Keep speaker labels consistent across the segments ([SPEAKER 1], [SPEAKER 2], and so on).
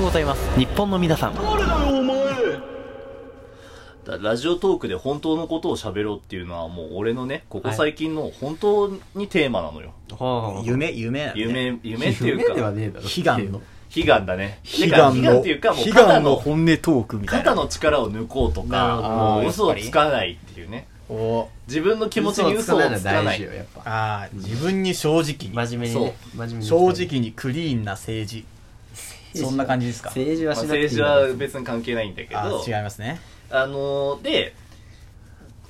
[SPEAKER 1] ございます日本の皆さん
[SPEAKER 2] 誰だよお前だラジオトークで本当のことを喋ろうっていうのはもう俺のねここ最近の本当にテーマなのよ、
[SPEAKER 3] 夢、夢だね。
[SPEAKER 2] 夢夢っていうか
[SPEAKER 1] 夢ではねえだろ
[SPEAKER 3] 悲願の。
[SPEAKER 2] 悲願だね
[SPEAKER 3] 悲
[SPEAKER 2] て
[SPEAKER 3] 願
[SPEAKER 2] か悲願
[SPEAKER 3] の、
[SPEAKER 2] っていうかもう
[SPEAKER 3] 悲
[SPEAKER 2] 肩
[SPEAKER 3] 願の
[SPEAKER 2] の
[SPEAKER 3] 本音トークみたい
[SPEAKER 2] 肩
[SPEAKER 3] な。
[SPEAKER 2] の力を抜こうと
[SPEAKER 1] なるほ
[SPEAKER 2] か
[SPEAKER 1] ど
[SPEAKER 2] もう
[SPEAKER 1] や
[SPEAKER 2] 嘘を
[SPEAKER 1] っぱり
[SPEAKER 2] つかないっていうね
[SPEAKER 1] お
[SPEAKER 2] 自分の気持ちに嘘をつかない
[SPEAKER 1] やっぱ
[SPEAKER 3] ああ、自分に正直に。
[SPEAKER 1] 真面目にね真面目に
[SPEAKER 3] 正直にクリーンな政治。そんな感じですか
[SPEAKER 1] 政治は
[SPEAKER 2] まあ
[SPEAKER 1] しなくていい
[SPEAKER 2] 政治は別に関係ないんだけど
[SPEAKER 3] あー違いますね。
[SPEAKER 2] あのーで、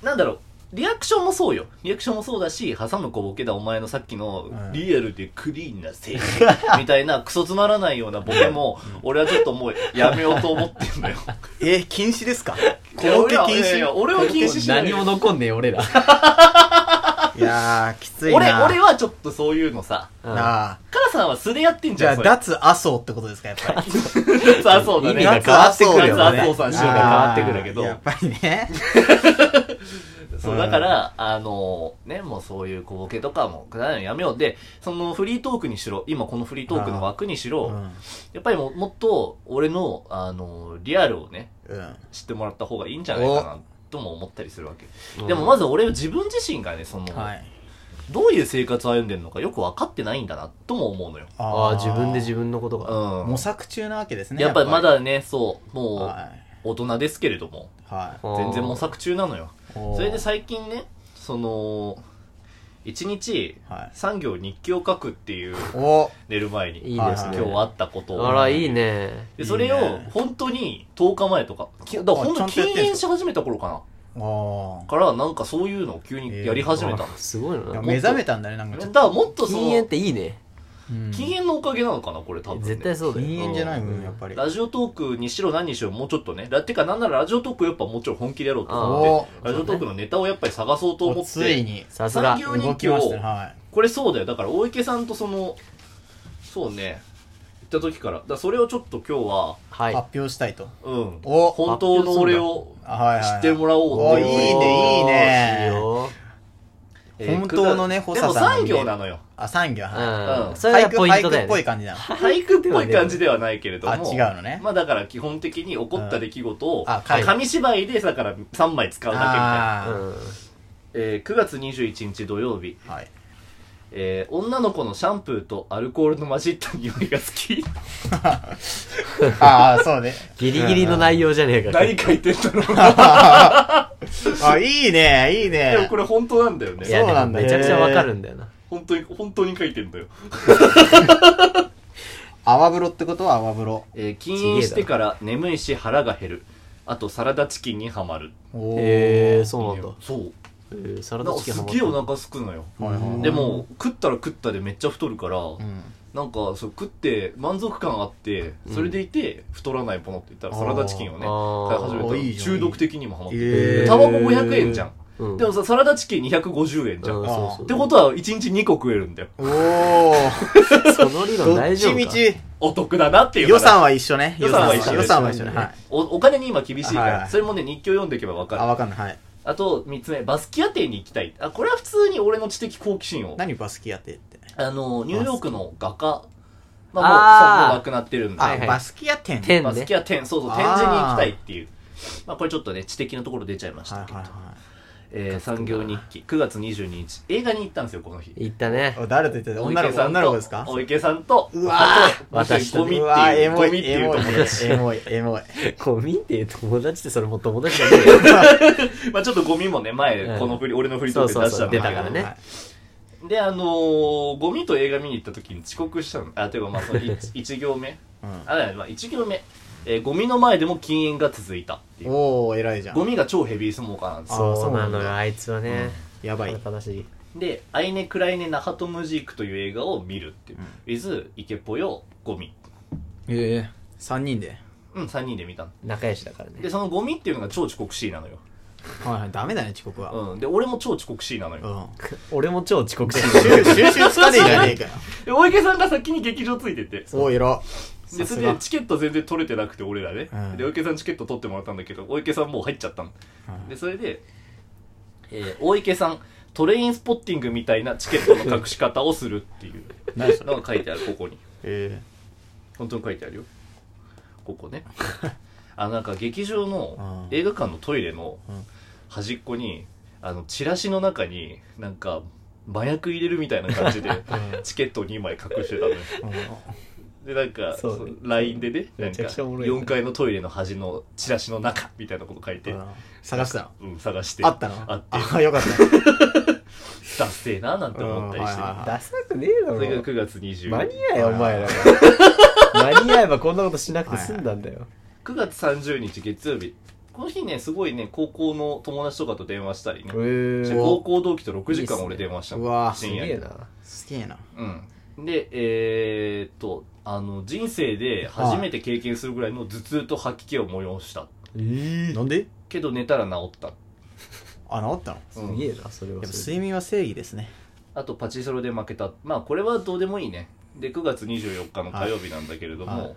[SPEAKER 2] なんだろう、リアクションもそうよ。リアクションもそうだし、挟む小ボケだお前のさっきの
[SPEAKER 3] ん、
[SPEAKER 2] リアルでクリーンな政治みたいな、クソつまらないようなボケも、俺はちょっともうやめようと思ってんだよ。
[SPEAKER 3] え、禁止ですかコ
[SPEAKER 2] いや
[SPEAKER 3] ロッケ
[SPEAKER 2] 俺は
[SPEAKER 3] 禁
[SPEAKER 2] いやいや
[SPEAKER 3] 止
[SPEAKER 2] 俺は禁止しない
[SPEAKER 1] 何も残んねえ俺ら
[SPEAKER 3] いやー、きつい
[SPEAKER 2] 俺、
[SPEAKER 3] な。
[SPEAKER 2] 俺はちょっとそういうのさ。
[SPEAKER 3] なあ。
[SPEAKER 2] カラさんは素でやってんじ
[SPEAKER 3] じ
[SPEAKER 2] ゃ
[SPEAKER 3] ゃ
[SPEAKER 2] ん、
[SPEAKER 3] あ、
[SPEAKER 2] それ。
[SPEAKER 3] 脱麻生ってことですか、やっぱり。
[SPEAKER 2] あ、 そうだね。
[SPEAKER 1] 意味が変わってくるよね
[SPEAKER 2] 脱麻生さんしようが変わってくるだけど
[SPEAKER 3] あーやっぱりね。
[SPEAKER 2] そう、だから、あのね、もうそういう小ボケとかも、くだらないのやめよう。で、そのフリートークにしろ、今このフリートークの枠にしろ、
[SPEAKER 3] うん。
[SPEAKER 2] やっぱりももっと俺の、あのリアルをね、
[SPEAKER 3] うん。
[SPEAKER 2] 知ってもらった方がいいんじゃないかなとも思ったりするわけ。でもまず俺自分自身がね、その、
[SPEAKER 3] はい。
[SPEAKER 2] どういう生活を歩んでるのかよく分かってないんだなとも思うのよ。
[SPEAKER 1] ああ自分で
[SPEAKER 3] 分。
[SPEAKER 1] 自分のことが
[SPEAKER 2] う
[SPEAKER 3] 模
[SPEAKER 2] ん。
[SPEAKER 3] 索中なわけですね。
[SPEAKER 2] やっぱりま
[SPEAKER 3] は
[SPEAKER 2] だね、そう、もう
[SPEAKER 3] い。
[SPEAKER 2] 大人ですけれども、
[SPEAKER 3] はい。
[SPEAKER 1] あー
[SPEAKER 2] 全然模索中なのよ。そ
[SPEAKER 3] そ
[SPEAKER 2] れで最近ね、その、一日
[SPEAKER 3] はい、
[SPEAKER 2] 産業日記を書くっていう、
[SPEAKER 3] お
[SPEAKER 2] 寝る前に。
[SPEAKER 1] いいです
[SPEAKER 2] 今
[SPEAKER 1] ね
[SPEAKER 2] 日あったことを。
[SPEAKER 1] あらいいね
[SPEAKER 2] で、それ
[SPEAKER 3] いい
[SPEAKER 2] を
[SPEAKER 3] ね、
[SPEAKER 2] 本当に、10日前とか、きだから本当
[SPEAKER 3] あ
[SPEAKER 2] に
[SPEAKER 3] ちゃんとやっ
[SPEAKER 2] 禁
[SPEAKER 3] てんすか
[SPEAKER 2] 煙し始めた頃かな。
[SPEAKER 3] お
[SPEAKER 2] から、なんかそういうのを急にやり始めたん
[SPEAKER 1] あ
[SPEAKER 2] です。
[SPEAKER 1] すごいな
[SPEAKER 3] 目覚めたんだね、なんかちょ
[SPEAKER 2] だ
[SPEAKER 3] っ
[SPEAKER 2] からもっとそ
[SPEAKER 1] 禁煙っ
[SPEAKER 2] の、
[SPEAKER 1] ていいね
[SPEAKER 3] と。
[SPEAKER 2] 禁煙のおかげなのかな、これ多分ね。
[SPEAKER 1] 絶対そうだよ
[SPEAKER 3] 禁煙じゃないも、
[SPEAKER 1] うん
[SPEAKER 3] やっぱり。
[SPEAKER 2] ラジオトークにしろ何にしろもうちょっとね。だってかなんならラジオトークやっぱもちろん本気でやろうと思って、
[SPEAKER 1] あー
[SPEAKER 2] ラジオトークのネタをやっぱり探そうと思
[SPEAKER 3] お
[SPEAKER 2] って。
[SPEAKER 3] ついに、
[SPEAKER 1] さすが
[SPEAKER 2] 産業日
[SPEAKER 3] 動き
[SPEAKER 2] 記を
[SPEAKER 3] ましたね。は。
[SPEAKER 2] これそうだよ。だから大池さんとその、そうね、行った時から。だからそれをちょっと今日は、
[SPEAKER 1] はいい
[SPEAKER 3] 発表したいと。
[SPEAKER 2] うん。
[SPEAKER 3] お
[SPEAKER 2] 本当の俺を
[SPEAKER 3] あはいはい
[SPEAKER 2] 知ってもらおうっていう。
[SPEAKER 3] おいいねいい
[SPEAKER 1] い
[SPEAKER 3] ね
[SPEAKER 1] いよ
[SPEAKER 2] えー
[SPEAKER 3] 本当のね
[SPEAKER 2] く
[SPEAKER 3] 補
[SPEAKER 2] だ
[SPEAKER 3] 佐さん
[SPEAKER 2] でも産
[SPEAKER 3] のね
[SPEAKER 2] 業なのよ。
[SPEAKER 3] あ、産業、は
[SPEAKER 1] う
[SPEAKER 2] うん
[SPEAKER 1] ん
[SPEAKER 3] い。
[SPEAKER 1] それがポイントだ
[SPEAKER 3] 俳句
[SPEAKER 1] よね
[SPEAKER 3] 俳句っぽい感じなの。
[SPEAKER 2] 俳句っぽい感じではないけれども。
[SPEAKER 3] あ違うのね
[SPEAKER 2] まあだから基本的に起こった出来事を、
[SPEAKER 3] んあはい
[SPEAKER 2] 紙芝居でさから3枚使うだけみたいな。
[SPEAKER 3] あ
[SPEAKER 2] えー9月21日土曜日、
[SPEAKER 3] ーはい。
[SPEAKER 2] えー女の子のシャンプーとアルコールの混じった匂いが好 き。
[SPEAKER 3] ああ、そうね。
[SPEAKER 1] ギリギリの内容じゃねえか
[SPEAKER 2] 何書いてんだろうな。
[SPEAKER 3] あ、いいね、いい
[SPEAKER 2] でも
[SPEAKER 3] ね
[SPEAKER 2] こ。れ本当なんだよ
[SPEAKER 1] い
[SPEAKER 2] ね。
[SPEAKER 1] や
[SPEAKER 3] そうなんだ
[SPEAKER 1] でもめちゃくちゃわかるんだよな
[SPEAKER 2] 本当に、本当に書いてんだよ。
[SPEAKER 3] 泡風呂ってことは泡風呂。
[SPEAKER 2] えー禁煙してから眠いし腹が減る。あとサラダチキンにはまる。
[SPEAKER 3] お
[SPEAKER 1] へえそうなんだ
[SPEAKER 2] そう。
[SPEAKER 1] えーサラ
[SPEAKER 2] な
[SPEAKER 1] ダ
[SPEAKER 2] んか
[SPEAKER 1] チキン
[SPEAKER 2] す
[SPEAKER 1] ハマ
[SPEAKER 2] げえお腹すくのよ。
[SPEAKER 3] はいはい
[SPEAKER 2] でも、食ったら食ったでめっちゃ太るから、
[SPEAKER 3] うん。
[SPEAKER 2] なんかそう食って満足感あって、それでいて太らないものって言ったら
[SPEAKER 3] あー
[SPEAKER 2] サラダチキンをね、
[SPEAKER 1] あー
[SPEAKER 2] 買い始めた
[SPEAKER 3] あ
[SPEAKER 2] ら
[SPEAKER 3] いいじゃん
[SPEAKER 2] 中毒的にもハマって
[SPEAKER 3] いい
[SPEAKER 2] る
[SPEAKER 3] へー
[SPEAKER 2] タバコ500円じゃん。
[SPEAKER 1] うん
[SPEAKER 2] でもさ、サラダチキン250円じゃん。
[SPEAKER 1] うん
[SPEAKER 2] っ
[SPEAKER 1] そうそう
[SPEAKER 2] てことは1日2個食えるんだよ。
[SPEAKER 3] おー。
[SPEAKER 1] その理論
[SPEAKER 3] どっ
[SPEAKER 1] 大丈
[SPEAKER 3] ち
[SPEAKER 1] 夫
[SPEAKER 3] み
[SPEAKER 1] か
[SPEAKER 3] ち、
[SPEAKER 2] お得だなっていう
[SPEAKER 3] 予算
[SPEAKER 2] は
[SPEAKER 3] は一緒ね。
[SPEAKER 2] 予算は一緒
[SPEAKER 3] 予算は一緒ね。はい。
[SPEAKER 2] おお金に今厳しいか
[SPEAKER 3] はいは
[SPEAKER 2] ら、
[SPEAKER 3] い
[SPEAKER 2] それもね、日記を読んでいけばわか
[SPEAKER 3] あ、
[SPEAKER 2] る。
[SPEAKER 3] わかんない。はい。
[SPEAKER 2] あと3つ目、バスキア邸に行きたい。あ、これは普通に俺の知的好奇心を。
[SPEAKER 3] 何バスキアテって。
[SPEAKER 2] あの、ニューヨークの画家。ま
[SPEAKER 1] あ
[SPEAKER 2] あ、
[SPEAKER 1] ー
[SPEAKER 2] もう、そんな亡くなってるんで。
[SPEAKER 3] あ
[SPEAKER 1] い、はい
[SPEAKER 3] バスキア店。
[SPEAKER 1] 天
[SPEAKER 2] まあ、好
[SPEAKER 1] ね
[SPEAKER 2] きは展、そうそう、展示に行きたいっていう。まあ、これちょっとね、知的なところ出ちゃいまし
[SPEAKER 3] はい
[SPEAKER 2] たけ
[SPEAKER 3] はい
[SPEAKER 2] ど。
[SPEAKER 3] は
[SPEAKER 2] えー産業日記、9月22日。映画に行ったんですよ、この日。
[SPEAKER 1] 言ったね
[SPEAKER 3] い。お誰と言ってた女の子、女の子ですか
[SPEAKER 2] お池さんと、
[SPEAKER 3] うわ
[SPEAKER 2] あと私とゴミって
[SPEAKER 3] うわ
[SPEAKER 2] い
[SPEAKER 3] エ
[SPEAKER 2] う、
[SPEAKER 3] モ
[SPEAKER 2] ゴミっ
[SPEAKER 3] い、
[SPEAKER 2] て
[SPEAKER 3] エ
[SPEAKER 2] いう
[SPEAKER 3] モい
[SPEAKER 2] 友、
[SPEAKER 3] エモい、エ モい。
[SPEAKER 1] こう見て友達ってそれも友達じゃねえよ
[SPEAKER 2] 達。まあ、ちょっとゴミもね、前
[SPEAKER 1] う、ん
[SPEAKER 2] この振り、俺の振りとって出したん
[SPEAKER 1] 出
[SPEAKER 2] だ
[SPEAKER 1] た
[SPEAKER 2] け
[SPEAKER 1] から
[SPEAKER 2] ど。
[SPEAKER 1] ね
[SPEAKER 3] はい
[SPEAKER 2] で、あのー、ゴミと映画見に行った時に遅刻したの。あ、ていうか、まあ、その1 行目。
[SPEAKER 3] うん
[SPEAKER 2] あ、まあ、1行目。えーゴミの前でも禁煙が続いたっていう。
[SPEAKER 3] おー、偉いじゃ
[SPEAKER 2] ゴ
[SPEAKER 3] ん。
[SPEAKER 2] ミが超ヘビースモーカーなんですよ
[SPEAKER 3] あー
[SPEAKER 1] そ
[SPEAKER 3] そうう
[SPEAKER 1] な
[SPEAKER 3] なんだ
[SPEAKER 1] のよあいつはね
[SPEAKER 3] やばい。
[SPEAKER 1] 悲しい
[SPEAKER 2] で「アイネ・クライネ・ナハト・ムジーク」という映画を見るっていう、
[SPEAKER 3] うん
[SPEAKER 2] with イケポヨゴミ
[SPEAKER 3] ええ。三人で。
[SPEAKER 2] うん3人で見たの
[SPEAKER 1] 仲良しだから ね
[SPEAKER 2] でそのゴミっていうのが超遅刻しいなのよ、
[SPEAKER 3] はいはい、ダメだね、遅刻は。
[SPEAKER 2] うん、で俺も超遅刻しいなの
[SPEAKER 3] う
[SPEAKER 2] よ、
[SPEAKER 3] ん。
[SPEAKER 1] 俺も超遅刻し
[SPEAKER 3] 収
[SPEAKER 1] てる
[SPEAKER 3] 集つかねえじゃねえ かよ。
[SPEAKER 2] で大池さんが先に劇場ついてて
[SPEAKER 3] おー、偉。
[SPEAKER 2] で
[SPEAKER 3] さ
[SPEAKER 2] そ
[SPEAKER 3] す
[SPEAKER 2] れで
[SPEAKER 3] が。
[SPEAKER 2] チケット全然取れてなくて俺らね、
[SPEAKER 3] うん
[SPEAKER 2] で大池さんチケット取ってもらったんだけど大池さんもう入っちゃったの、
[SPEAKER 3] うん
[SPEAKER 2] でそれで、えー大池さんトレインスポッティングみたいなチケットの隠し方をするっていう
[SPEAKER 3] 何それ
[SPEAKER 2] のが書いてあるここに
[SPEAKER 3] え
[SPEAKER 2] 本当に書いてあるよここねあのなんか劇場の
[SPEAKER 3] うん
[SPEAKER 2] 映画館のトイレの
[SPEAKER 3] うん
[SPEAKER 2] 端っこにあのチラシの中になんか麻薬入れるみたいな感じでチケットを2枚隠してたのよでなんか
[SPEAKER 1] そう
[SPEAKER 2] その LINE でねなん
[SPEAKER 1] めち
[SPEAKER 2] か
[SPEAKER 1] ゃくちゃおもろいね
[SPEAKER 2] 4階のトイレの端のチラシの中みたいなこと書いて、
[SPEAKER 3] 探したの
[SPEAKER 2] うん、探して
[SPEAKER 3] あったの
[SPEAKER 2] あって
[SPEAKER 3] あよかった
[SPEAKER 2] ダッセーななんて思ったりして、
[SPEAKER 3] うんはいはい は
[SPEAKER 1] ダサくねえだ
[SPEAKER 2] それが
[SPEAKER 1] ろ
[SPEAKER 2] 9月20
[SPEAKER 1] 間に合えよお前らが 間に合えばこんなことしなくて済んだんだよ
[SPEAKER 2] 9月30日月曜日この日ねすごいね高校の友達とかと電話したりね
[SPEAKER 1] へえ
[SPEAKER 2] して
[SPEAKER 3] お
[SPEAKER 2] 高校同期と6時
[SPEAKER 1] い
[SPEAKER 2] 間
[SPEAKER 1] いっすね
[SPEAKER 2] 俺電話したの
[SPEAKER 3] うわ
[SPEAKER 1] す
[SPEAKER 2] 深夜
[SPEAKER 1] げえ
[SPEAKER 2] に
[SPEAKER 1] な
[SPEAKER 3] すげ えな
[SPEAKER 2] うんでえーっとあの人生で初めて経験するぐらいの頭痛と吐き気を催した
[SPEAKER 1] え
[SPEAKER 3] なんで
[SPEAKER 2] けど寝たら治った、
[SPEAKER 3] あ治ったの
[SPEAKER 1] す
[SPEAKER 2] うん
[SPEAKER 1] げえなそれは
[SPEAKER 3] やっぱ
[SPEAKER 1] それ
[SPEAKER 3] 睡眠は正義ですね
[SPEAKER 2] あとパチスロで負けたまあこれはどうでもいいねで9月24日の火曜日なんだけれども、
[SPEAKER 3] はいはい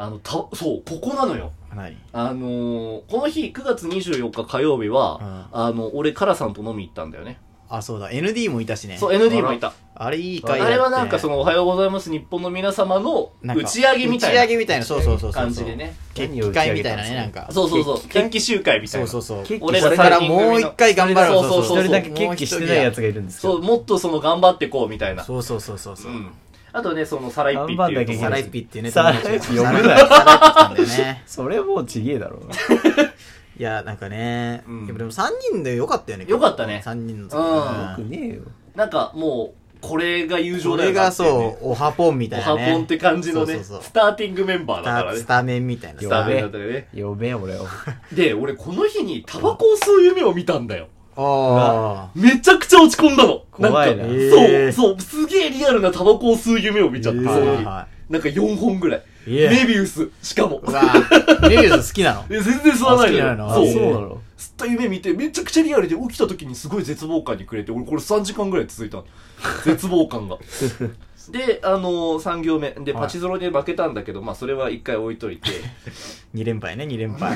[SPEAKER 2] あのたそうここなのよ
[SPEAKER 3] 何
[SPEAKER 2] あのーこの日9月24日火曜日は、あの俺カラさんと飲み行ったんだよね
[SPEAKER 3] あそうだ ND もいたしね
[SPEAKER 2] そう ND もいた
[SPEAKER 3] あれいい
[SPEAKER 2] あ
[SPEAKER 3] 回だって
[SPEAKER 2] れはなんかその「おはようございます日本の皆様」の
[SPEAKER 3] なんか
[SPEAKER 2] 打ち上げみた
[SPEAKER 3] 打ち上
[SPEAKER 2] い
[SPEAKER 3] げみたいなそうそうそう
[SPEAKER 2] な
[SPEAKER 3] そう
[SPEAKER 2] 感じでね
[SPEAKER 3] 決
[SPEAKER 1] 何を
[SPEAKER 3] 起
[SPEAKER 1] 打ち
[SPEAKER 3] 会
[SPEAKER 1] 上
[SPEAKER 3] み
[SPEAKER 1] げ
[SPEAKER 3] た
[SPEAKER 1] たんです
[SPEAKER 3] いな
[SPEAKER 1] か
[SPEAKER 3] ねなんか
[SPEAKER 2] そうそうそう
[SPEAKER 3] 決起
[SPEAKER 2] 決起集会みたい
[SPEAKER 3] そう
[SPEAKER 2] な
[SPEAKER 3] そ
[SPEAKER 2] そう
[SPEAKER 3] うそう
[SPEAKER 1] 結構
[SPEAKER 2] 俺
[SPEAKER 3] こ
[SPEAKER 2] ら
[SPEAKER 3] れから
[SPEAKER 2] 三人組の
[SPEAKER 3] もう一回頑張ろ
[SPEAKER 2] そう
[SPEAKER 3] う
[SPEAKER 2] そう
[SPEAKER 1] 一
[SPEAKER 2] そう
[SPEAKER 1] 人だけ決起してないやつがいるんですよ
[SPEAKER 2] もっとその頑張ってこうみたいな
[SPEAKER 3] そうそうそうそうそううん
[SPEAKER 2] あとねそのサライッピっていうとこ
[SPEAKER 3] サライピっていうね
[SPEAKER 1] サライピ
[SPEAKER 3] 友達
[SPEAKER 1] 呼ぶなよ
[SPEAKER 3] サライピさんだよ ね
[SPEAKER 1] それもうちげえだろ
[SPEAKER 3] いやなんかね
[SPEAKER 2] うん
[SPEAKER 3] やっぱでも3人でよかったよね
[SPEAKER 2] よかったね
[SPEAKER 3] 3人の時
[SPEAKER 2] うん
[SPEAKER 1] よくねえよ
[SPEAKER 2] なんかもうこれが友情
[SPEAKER 3] こ
[SPEAKER 2] だよ
[SPEAKER 3] れ
[SPEAKER 2] な
[SPEAKER 3] が
[SPEAKER 2] っていうね
[SPEAKER 3] そうオハポンみ
[SPEAKER 2] お
[SPEAKER 3] たいな
[SPEAKER 2] は
[SPEAKER 3] ね
[SPEAKER 2] ぽんって感じの
[SPEAKER 3] そ
[SPEAKER 2] ね
[SPEAKER 3] うそうそ
[SPEAKER 2] ス
[SPEAKER 3] う
[SPEAKER 2] ターティングメンバー
[SPEAKER 3] ス
[SPEAKER 2] だから
[SPEAKER 3] タ
[SPEAKER 2] ね
[SPEAKER 3] スタメンみたいな
[SPEAKER 2] ス
[SPEAKER 1] ス
[SPEAKER 2] タ
[SPEAKER 1] タ
[SPEAKER 2] メンだったよね
[SPEAKER 1] 呼べよ俺を
[SPEAKER 2] で俺この日にタバコを吸う夢を見たんだよ
[SPEAKER 3] あ
[SPEAKER 2] めちゃくちゃ落ち込んだの
[SPEAKER 1] 怖い
[SPEAKER 2] ん
[SPEAKER 1] な
[SPEAKER 2] か
[SPEAKER 1] へ
[SPEAKER 3] ー
[SPEAKER 2] そうそうすげえリアルなタバコを吸う夢を見ちゃって
[SPEAKER 3] ー
[SPEAKER 2] そ
[SPEAKER 3] はい
[SPEAKER 2] の
[SPEAKER 3] はい
[SPEAKER 2] 日
[SPEAKER 3] は
[SPEAKER 2] なんか4本ぐらい
[SPEAKER 3] いいえ
[SPEAKER 2] メビウスしかも
[SPEAKER 3] うわぁメビウス好きなの
[SPEAKER 2] え全然吸わないの
[SPEAKER 3] あ好きな
[SPEAKER 2] よ
[SPEAKER 3] の
[SPEAKER 1] あ
[SPEAKER 2] そう
[SPEAKER 1] そう
[SPEAKER 3] へー
[SPEAKER 1] なの
[SPEAKER 2] 吸った夢見てめちゃくちゃリアルで起きた時にすごい絶望感にくれて俺これ3時間ぐらい続いたの絶望感 がであのー、3行目で
[SPEAKER 3] はい
[SPEAKER 2] パチゾロで負けたんだけど、まあそれは1回置いといて
[SPEAKER 3] 2連敗ね2連敗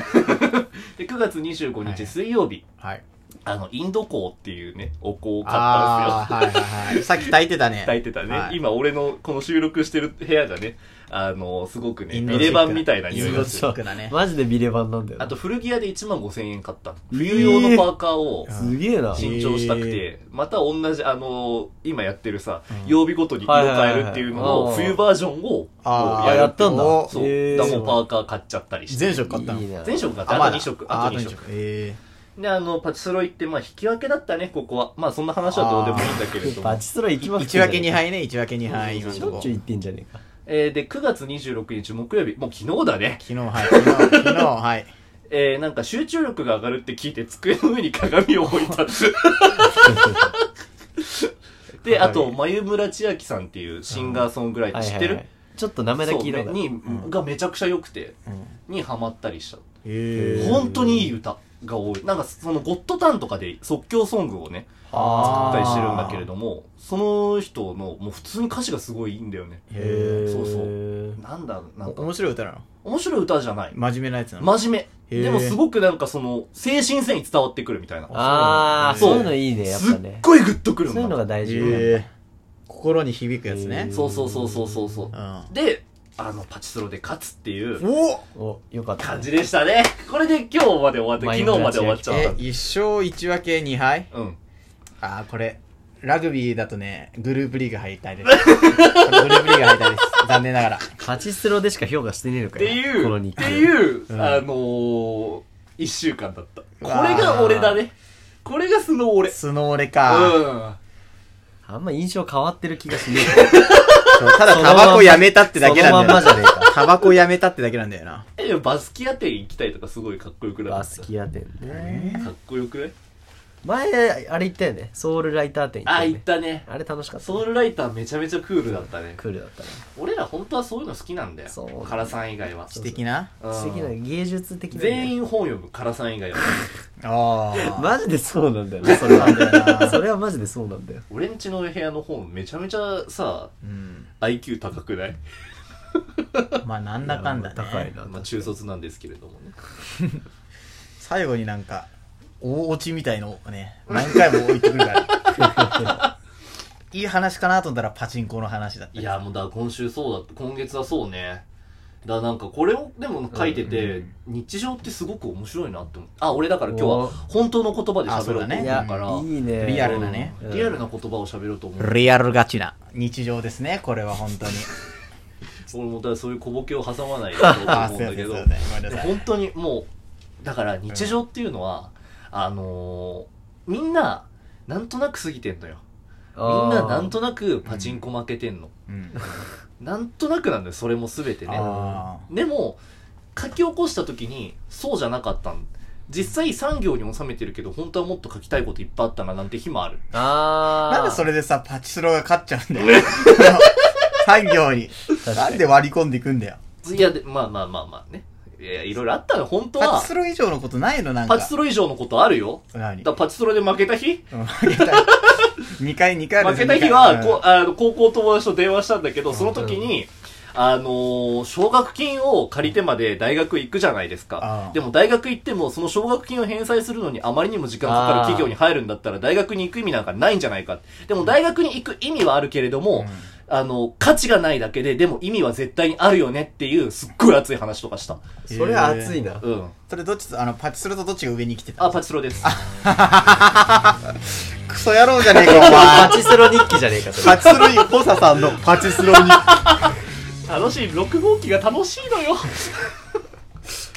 [SPEAKER 2] で9月25
[SPEAKER 3] は
[SPEAKER 2] 日
[SPEAKER 3] い
[SPEAKER 2] 水曜日、
[SPEAKER 3] はい
[SPEAKER 2] あのインド港っていうねお香を買ったんですよ
[SPEAKER 3] ああはいはいはいさっき炊いて たね
[SPEAKER 2] 抱いてたね、
[SPEAKER 3] はい
[SPEAKER 2] 今俺のこの収録してる部屋がねあのすごくね
[SPEAKER 3] インド
[SPEAKER 2] ビ
[SPEAKER 3] チックな
[SPEAKER 2] レバンみたいな匂い
[SPEAKER 3] イン
[SPEAKER 2] が
[SPEAKER 3] ドチ
[SPEAKER 2] す
[SPEAKER 3] ッ
[SPEAKER 2] る
[SPEAKER 3] クだね
[SPEAKER 1] マジでビレバンなんだよな
[SPEAKER 2] あと古着屋で1万5000円買った冬用のパーカーを
[SPEAKER 1] すげえな
[SPEAKER 2] 新調したくて、また同じあの今やってるさ、曜日ごとに色変えるっていうのを
[SPEAKER 1] はいはいはい
[SPEAKER 2] 冬バージョンを
[SPEAKER 3] あ
[SPEAKER 2] こう
[SPEAKER 3] ー
[SPEAKER 1] あ
[SPEAKER 2] や
[SPEAKER 1] や
[SPEAKER 2] る
[SPEAKER 1] ったんだ
[SPEAKER 3] お
[SPEAKER 2] そう、
[SPEAKER 1] へー
[SPEAKER 2] ダモパーカー買っちゃったりして
[SPEAKER 3] 全色買ったの
[SPEAKER 1] いいな
[SPEAKER 2] 全色買っ
[SPEAKER 3] あ
[SPEAKER 2] た
[SPEAKER 3] ま
[SPEAKER 2] あ
[SPEAKER 3] だ
[SPEAKER 2] と2色
[SPEAKER 3] あ
[SPEAKER 2] あ
[SPEAKER 3] あ
[SPEAKER 2] と
[SPEAKER 3] と
[SPEAKER 2] 2
[SPEAKER 3] 2
[SPEAKER 2] 色
[SPEAKER 3] 色え
[SPEAKER 2] であのパチスロ行ってまあ引き分けだったねここはまあそんな話はどうでもいいんだけれども
[SPEAKER 1] バチスロ行き
[SPEAKER 3] え
[SPEAKER 1] ます
[SPEAKER 3] 1分け2敗ね1分け2敗今の
[SPEAKER 1] し
[SPEAKER 3] と
[SPEAKER 1] ょっ
[SPEAKER 3] こ
[SPEAKER 1] ちゅう行ってんじゃねえか
[SPEAKER 2] えーで9月26日木曜日もう昨日だね
[SPEAKER 3] 昨日はい昨日昨日はい
[SPEAKER 2] えー、なんか集中力が上がるって聞いて机の上に鏡を置いた。で、あと、眉村千秋さんっていうシンガーソングライター知って
[SPEAKER 1] はいはいは
[SPEAKER 2] る
[SPEAKER 1] いちょっとなめだ
[SPEAKER 2] そう
[SPEAKER 1] け色だ
[SPEAKER 2] に、がめちゃくちゃ良くて、にハマったりした。
[SPEAKER 3] へ
[SPEAKER 2] 本当にいい歌が多い。なんかそのゴッドタンとかで即興ソングをね、作ったりしてるんだけれども、その人の、もう普通に歌詞がすごいいいんだよね。
[SPEAKER 3] へ
[SPEAKER 2] そうそうなんだ、なん
[SPEAKER 3] ー
[SPEAKER 2] か、
[SPEAKER 3] 面白い歌なの
[SPEAKER 2] 面白い歌じゃない。
[SPEAKER 3] 真面目なやつなの
[SPEAKER 2] 真面目。
[SPEAKER 3] へー
[SPEAKER 2] でもすごくなんかその、精神性に伝わってくるみたいな。
[SPEAKER 1] ああ
[SPEAKER 3] そう
[SPEAKER 1] そ
[SPEAKER 2] な
[SPEAKER 1] う
[SPEAKER 2] の
[SPEAKER 1] いうのいいねやっ
[SPEAKER 2] す
[SPEAKER 1] ぱ
[SPEAKER 2] っ
[SPEAKER 1] ね
[SPEAKER 2] ごいグッとくる
[SPEAKER 1] そういうのが大事
[SPEAKER 3] へー心に響くやつね
[SPEAKER 1] へー
[SPEAKER 2] そうそうそうそうそうそう
[SPEAKER 3] うん
[SPEAKER 2] であのパチスロで勝つっていう
[SPEAKER 3] お
[SPEAKER 1] およかった
[SPEAKER 2] 感じでしたねこれで今日まで終わって昨日まで終わっちゃ
[SPEAKER 3] え
[SPEAKER 2] っ
[SPEAKER 3] 一勝一分け二敗
[SPEAKER 2] たうん
[SPEAKER 3] ああこれラグビーだとねグループリーグ敗退です これグループリーグ敗退です残念ながら
[SPEAKER 1] パチスロでしか評価してねえの
[SPEAKER 2] っ
[SPEAKER 1] かよ
[SPEAKER 2] て
[SPEAKER 1] こ
[SPEAKER 2] い
[SPEAKER 1] の
[SPEAKER 2] うっ
[SPEAKER 1] 日
[SPEAKER 2] て
[SPEAKER 1] 記
[SPEAKER 2] いう、
[SPEAKER 3] うん
[SPEAKER 2] あのー、一週間だったこ
[SPEAKER 3] わー
[SPEAKER 2] れが俺だねこれがスノー俺
[SPEAKER 3] スノーレ
[SPEAKER 2] う
[SPEAKER 3] か、
[SPEAKER 2] ん
[SPEAKER 1] あんま印象変わってる気がしね
[SPEAKER 3] そうただタバコやめたってだけなんだよな
[SPEAKER 1] そのまんまじゃねえ
[SPEAKER 3] タバコやめたってだけなんだよな
[SPEAKER 2] えでもバスキア店行きたいとかすごいかっこよく
[SPEAKER 1] え
[SPEAKER 2] な
[SPEAKER 1] バ
[SPEAKER 2] い
[SPEAKER 1] スキア店ね
[SPEAKER 2] かっこよくない
[SPEAKER 1] 前あれ行ったよねソウルライター店行っ
[SPEAKER 2] あ
[SPEAKER 1] たよ
[SPEAKER 2] 行っ
[SPEAKER 1] ね
[SPEAKER 2] たね
[SPEAKER 1] あれ楽しかった
[SPEAKER 2] ソウルライターめちゃめちゃクールだったね
[SPEAKER 1] クールだったね
[SPEAKER 2] 俺ら本当はそういうの好きなんだよ
[SPEAKER 1] そう
[SPEAKER 2] カラさん以外は
[SPEAKER 3] 知的な
[SPEAKER 2] うん
[SPEAKER 1] 素敵な芸術的な
[SPEAKER 2] 全
[SPEAKER 1] 員
[SPEAKER 2] 員本読む、カラさん以外は。
[SPEAKER 3] ああ
[SPEAKER 1] マジでそうなんだよねそれ
[SPEAKER 3] なんだよな
[SPEAKER 1] はそれはマジでそうなんだよ
[SPEAKER 2] 俺んちの部屋の本めちゃめちゃさ、
[SPEAKER 3] うん
[SPEAKER 2] IQ 高くない
[SPEAKER 3] まあなんだかんだね
[SPEAKER 1] 高いな
[SPEAKER 2] まあ中卒なんですけれどもね。
[SPEAKER 3] 最後になんか大落ちみたいのをね何回も置いてくるからいい話かなと思ったらパチンコの話だった
[SPEAKER 2] い
[SPEAKER 3] り
[SPEAKER 2] や、もうだ、今週そうだった。今月はそうね。だからなんかこれをでも書いてて、
[SPEAKER 3] うん
[SPEAKER 2] 日常ってすごく面白いなって思ってあ俺だから今日は本当の言葉で
[SPEAKER 3] あそう
[SPEAKER 2] 喋ろう
[SPEAKER 3] だ
[SPEAKER 2] と思
[SPEAKER 3] ね
[SPEAKER 2] う
[SPEAKER 1] い
[SPEAKER 2] か
[SPEAKER 1] や
[SPEAKER 2] ら、
[SPEAKER 1] いいね
[SPEAKER 3] リアルなね
[SPEAKER 2] うんリアルな言葉を喋ろうと思う
[SPEAKER 3] リアルガチな日常ですねこれは本当に
[SPEAKER 2] 俺もだからそういう小ボケを挟まないようにしようと
[SPEAKER 3] あ
[SPEAKER 2] 思
[SPEAKER 3] す
[SPEAKER 2] う
[SPEAKER 3] い
[SPEAKER 2] んだ
[SPEAKER 3] ませんす
[SPEAKER 2] け
[SPEAKER 3] い
[SPEAKER 2] ど
[SPEAKER 3] ませんごめんなさい
[SPEAKER 2] 本当にもうだから日常っていうのは、あのーみんななんとなく過ぎてんのよみんななんとなくパチンコ負けてんの、
[SPEAKER 3] うん
[SPEAKER 2] なんとなくなんだよそれも全てね
[SPEAKER 3] あ
[SPEAKER 2] でも書き起こした時にそうじゃなかったん実際産業に収めてるけど本当はもっと書きたいこといっぱいあったななんて日もある
[SPEAKER 1] あ
[SPEAKER 3] ー
[SPEAKER 1] ー
[SPEAKER 3] なんでそれでさパチスロが勝っちゃうんだよ産業に
[SPEAKER 1] 確
[SPEAKER 3] な
[SPEAKER 1] か
[SPEAKER 3] ん
[SPEAKER 1] に
[SPEAKER 3] で割り込んでいくんだよ
[SPEAKER 2] いやでまあまあまあまあねいやいろいろあったの本当
[SPEAKER 3] パ
[SPEAKER 2] は
[SPEAKER 3] チスロ以上のことないのなんか
[SPEAKER 2] パチスロ以上のことあるよ
[SPEAKER 3] 何
[SPEAKER 2] だからパチスロで負けた日
[SPEAKER 3] うん負けた2 回2回ある
[SPEAKER 2] 負けた日は、こうあの高校友達と電話したんだけど、その時に、あのー奨学金を借りてまで大学行くじゃないですか
[SPEAKER 3] ああ。
[SPEAKER 2] でも大学行っても、その奨学金を返済するのにあまりにも時間かかる企業に入るんだったら、大学に行く意味なんかないんじゃないか。でも大学に行く意味はあるけれども、あの、価値がないだけで、でも意味は絶対にあるよねっていう、すっごい熱い話とかした。
[SPEAKER 1] それは熱いな、
[SPEAKER 2] うん。
[SPEAKER 3] それどっちあのパチスロとどっちが上に来てた
[SPEAKER 2] あ、パチスロです。
[SPEAKER 3] クソ野郎じゃねえかお
[SPEAKER 1] パチ
[SPEAKER 3] 前
[SPEAKER 1] スロ日記じゃねえかそれ
[SPEAKER 3] パチスロにポサさんのパチスロに
[SPEAKER 2] 楽しい、6号機が楽しいのよ。